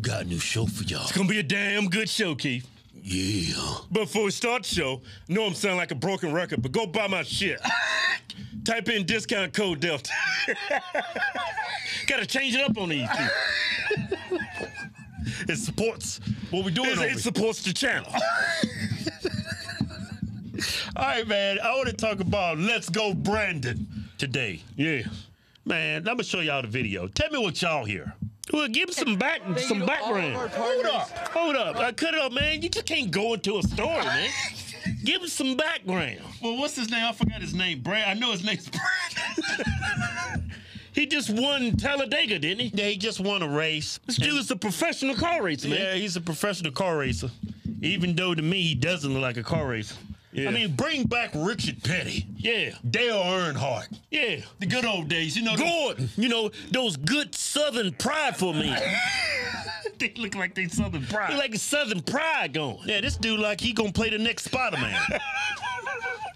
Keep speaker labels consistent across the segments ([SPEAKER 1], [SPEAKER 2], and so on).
[SPEAKER 1] got a new show for y'all.
[SPEAKER 2] It's gonna be a damn good show, Keith.
[SPEAKER 1] Yeah.
[SPEAKER 2] Before we start the show, I know I'm sounding like a broken record, but go buy my shit. Type in discount code Delta. Gotta change it up on these two.
[SPEAKER 3] It supports what we're doing.
[SPEAKER 2] It,
[SPEAKER 3] over
[SPEAKER 2] it
[SPEAKER 3] here.
[SPEAKER 2] supports the channel.
[SPEAKER 3] All right, man. I want to talk about Let's Go Brandon today.
[SPEAKER 2] Yeah.
[SPEAKER 3] Man, I'm going to show y'all the video. Tell me what y'all hear.
[SPEAKER 2] Well, give some back, some background.
[SPEAKER 3] Hold up.
[SPEAKER 2] Hold up, I cut it up, man. You just can't go into a story, man. Give us some background.
[SPEAKER 3] Well, what's his name? I forgot his name. Brad. I know his name's Brad.
[SPEAKER 2] He just won Talladega, didn't he?
[SPEAKER 3] yeah, he just won a race.
[SPEAKER 2] This dude is a professional car racer, man.
[SPEAKER 3] Yeah, he's a professional car racer. Even though to me, he doesn't look like a car racer.
[SPEAKER 2] Yeah.
[SPEAKER 3] I mean, bring back Richard Petty,
[SPEAKER 2] Yeah,
[SPEAKER 3] Dale Earnhardt,
[SPEAKER 2] yeah.
[SPEAKER 3] the good old days. You know,
[SPEAKER 2] Gordon, you know, those good Southern prideful men.
[SPEAKER 3] they look like they Southern pride.
[SPEAKER 2] They like a Southern pride going.
[SPEAKER 3] Yeah, this dude like he gonna play the next Spider Man.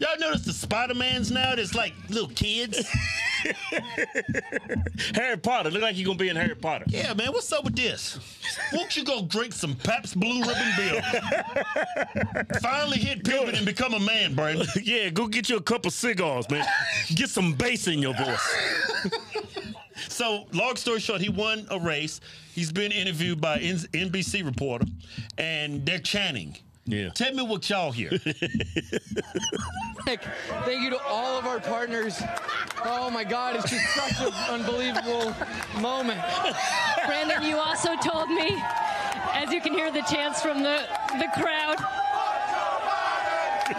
[SPEAKER 3] Y'all notice the Spider Mans now? That's like little kids.
[SPEAKER 2] Harry Potter, look like he gonna be in Harry Potter.
[SPEAKER 3] Yeah, man, what's up with this? Won't you go drink some Pabst Blue Ribbon beer? Finally hit puberty and become a man, Brandon.
[SPEAKER 2] yeah, go get you a couple cigars, man. get some bass in your voice.
[SPEAKER 3] So, long story short, he won a race. He's been interviewed by N- NBC reporter, and they're chanting.
[SPEAKER 2] Yeah.
[SPEAKER 3] Tell me what y'all hear.
[SPEAKER 4] Nick, Thank you to all of our partners. Oh my God, it's just such an unbelievable moment.
[SPEAKER 5] Brandon, you also told me, as you can hear the chants from the, the crowd,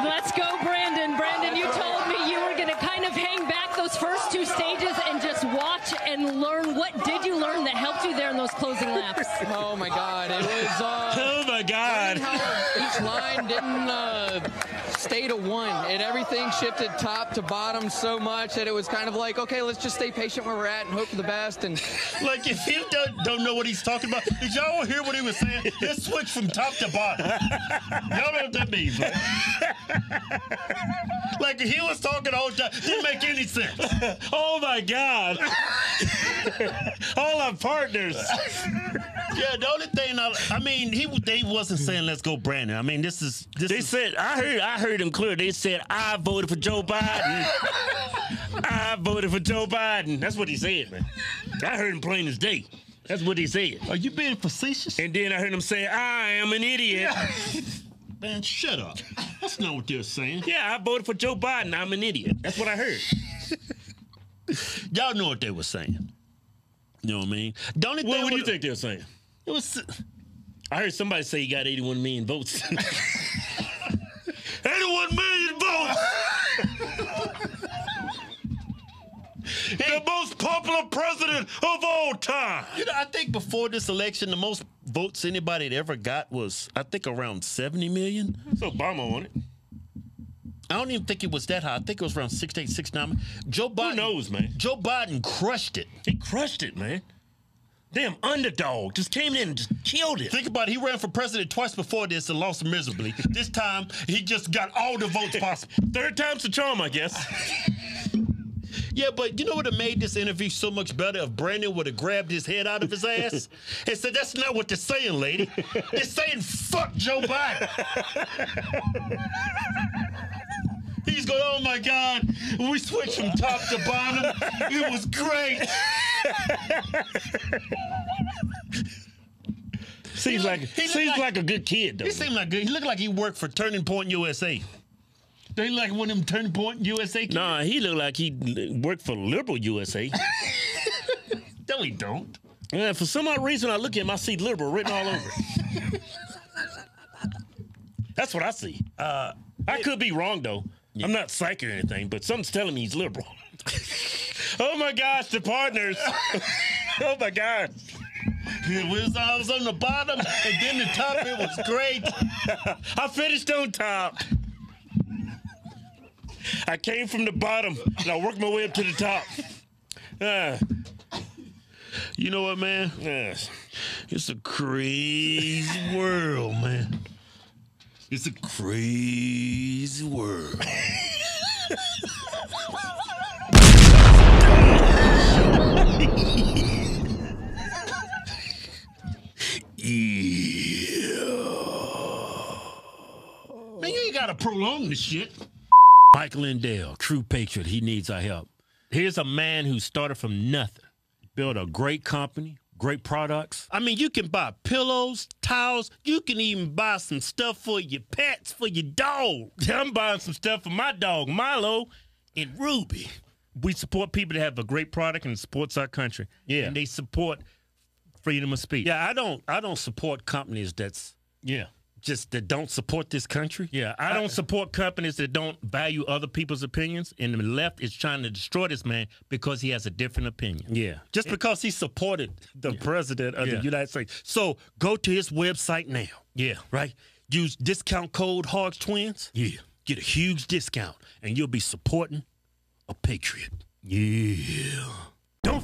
[SPEAKER 5] let's go, Brandon. Brandon, you told me you were going to kind of hang back those first two stages and just watch and learn. What did you learn that helped you there in those closing laps?
[SPEAKER 4] Oh my God, it was. Uh,
[SPEAKER 2] Oh my God.
[SPEAKER 4] how each line didn't uh, stay to one, and everything shifted top to bottom so much that it was kind of like, okay, let's just stay patient where we're at and hope for the best. And
[SPEAKER 3] like, if you don't, don't know what he's talking about, did y'all hear what he was saying? Just switch from top to bottom. Y'all know what that means, right? Like, he was talking all the time. Didn't make any sense.
[SPEAKER 2] Oh my God. All our partners.
[SPEAKER 3] Yeah, the only thing I, I mean, he they wasn't saying let's go Brandon. I mean, this is this
[SPEAKER 2] They
[SPEAKER 3] is,
[SPEAKER 2] said I heard I heard them clear. They said I voted for Joe Biden. I voted for Joe Biden. That's what he said, man. I heard him plain as day. That's what he said.
[SPEAKER 3] Are you being facetious?
[SPEAKER 2] And then I heard him say, I am an idiot. Yeah,
[SPEAKER 3] Man, shut up. That's not what they're saying.
[SPEAKER 2] I voted for Joe Biden. I'm an idiot. That's what I heard.
[SPEAKER 3] Y'all know what they were saying. You know what I mean? The only
[SPEAKER 2] Well,
[SPEAKER 3] thing
[SPEAKER 2] what do you
[SPEAKER 3] was-
[SPEAKER 2] think they were saying?
[SPEAKER 3] It was
[SPEAKER 2] I heard somebody say he got 81 million votes. 81 million votes! the most popular president of all time.
[SPEAKER 3] you know, I think before this election, the most votes anybody had ever got was I think around seventy million.
[SPEAKER 2] It's Obama on it.
[SPEAKER 3] I don't even think it was that high. I think it was around 68, 69. Joe Biden
[SPEAKER 2] knows, man?
[SPEAKER 3] Joe Biden crushed it.
[SPEAKER 2] He crushed it, man. Damn underdog just came in and just killed it.
[SPEAKER 3] Think about it. He ran for president twice before this and lost miserably. this time, he just got all the votes possible.
[SPEAKER 2] Third time's the charm, I guess.
[SPEAKER 3] Yeah, but you know what made this interview so much better? If Brandon would have grabbed his head out of his ass and said, "That's not what they're saying, lady. They're saying fuck Joe Biden." He's going, "Oh my God, we switched from top to bottom. It was great."
[SPEAKER 2] Seems like
[SPEAKER 3] He looked
[SPEAKER 2] seems like,
[SPEAKER 3] like-
[SPEAKER 2] a good kid though.
[SPEAKER 3] He seemed like good. He looked like he worked for Turning Point USA. They like one of them Turning Point USA. Kids.
[SPEAKER 2] Nah, he looked like he l- worked for liberal USA.
[SPEAKER 3] No, he don't.
[SPEAKER 2] Yeah, for some odd reason, I look at him, I see liberal written all over it. That's what I see. Uh, I could be wrong, though. I'm not psych or anything, but something's telling me he's liberal. oh my gosh, the partners. oh my gosh.
[SPEAKER 3] It was, I was on the bottom and then the top. It was great.
[SPEAKER 2] I finished on top. I came from the bottom and I worked my way up to the top. Ah,
[SPEAKER 3] You know what, man?
[SPEAKER 2] yes.
[SPEAKER 3] It's a crazy world, man. It's a crazy world. prolong the shit.
[SPEAKER 2] Michael Lindell, true patriot. He needs our help. Here's a man who started from nothing, built a great company, great products.
[SPEAKER 3] I mean, you can buy pillows, towels. You can even buy some stuff for your pets, for your dog.
[SPEAKER 2] I'm buying some stuff for my dog, Milo, and Ruby. We support people that have a great product and supports our country.
[SPEAKER 3] Yeah.
[SPEAKER 2] And they support freedom of speech.
[SPEAKER 3] Yeah, I don't. I don't support companies that's
[SPEAKER 2] Yeah.
[SPEAKER 3] just that don't support this country.
[SPEAKER 2] Yeah, I don't support companies that don't value other people's opinions, and the left is trying to destroy this man because he has a different opinion.
[SPEAKER 3] Yeah. Just because he supported the president of
[SPEAKER 2] Yeah.
[SPEAKER 3] the United States. So go to his website now.
[SPEAKER 2] Yeah.
[SPEAKER 3] Right? Use discount code Hogs Twins.
[SPEAKER 2] Yeah.
[SPEAKER 3] Get a huge discount and you'll be supporting a patriot.
[SPEAKER 2] Yeah. Don't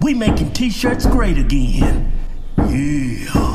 [SPEAKER 6] We making t-shirts great again. Yeah.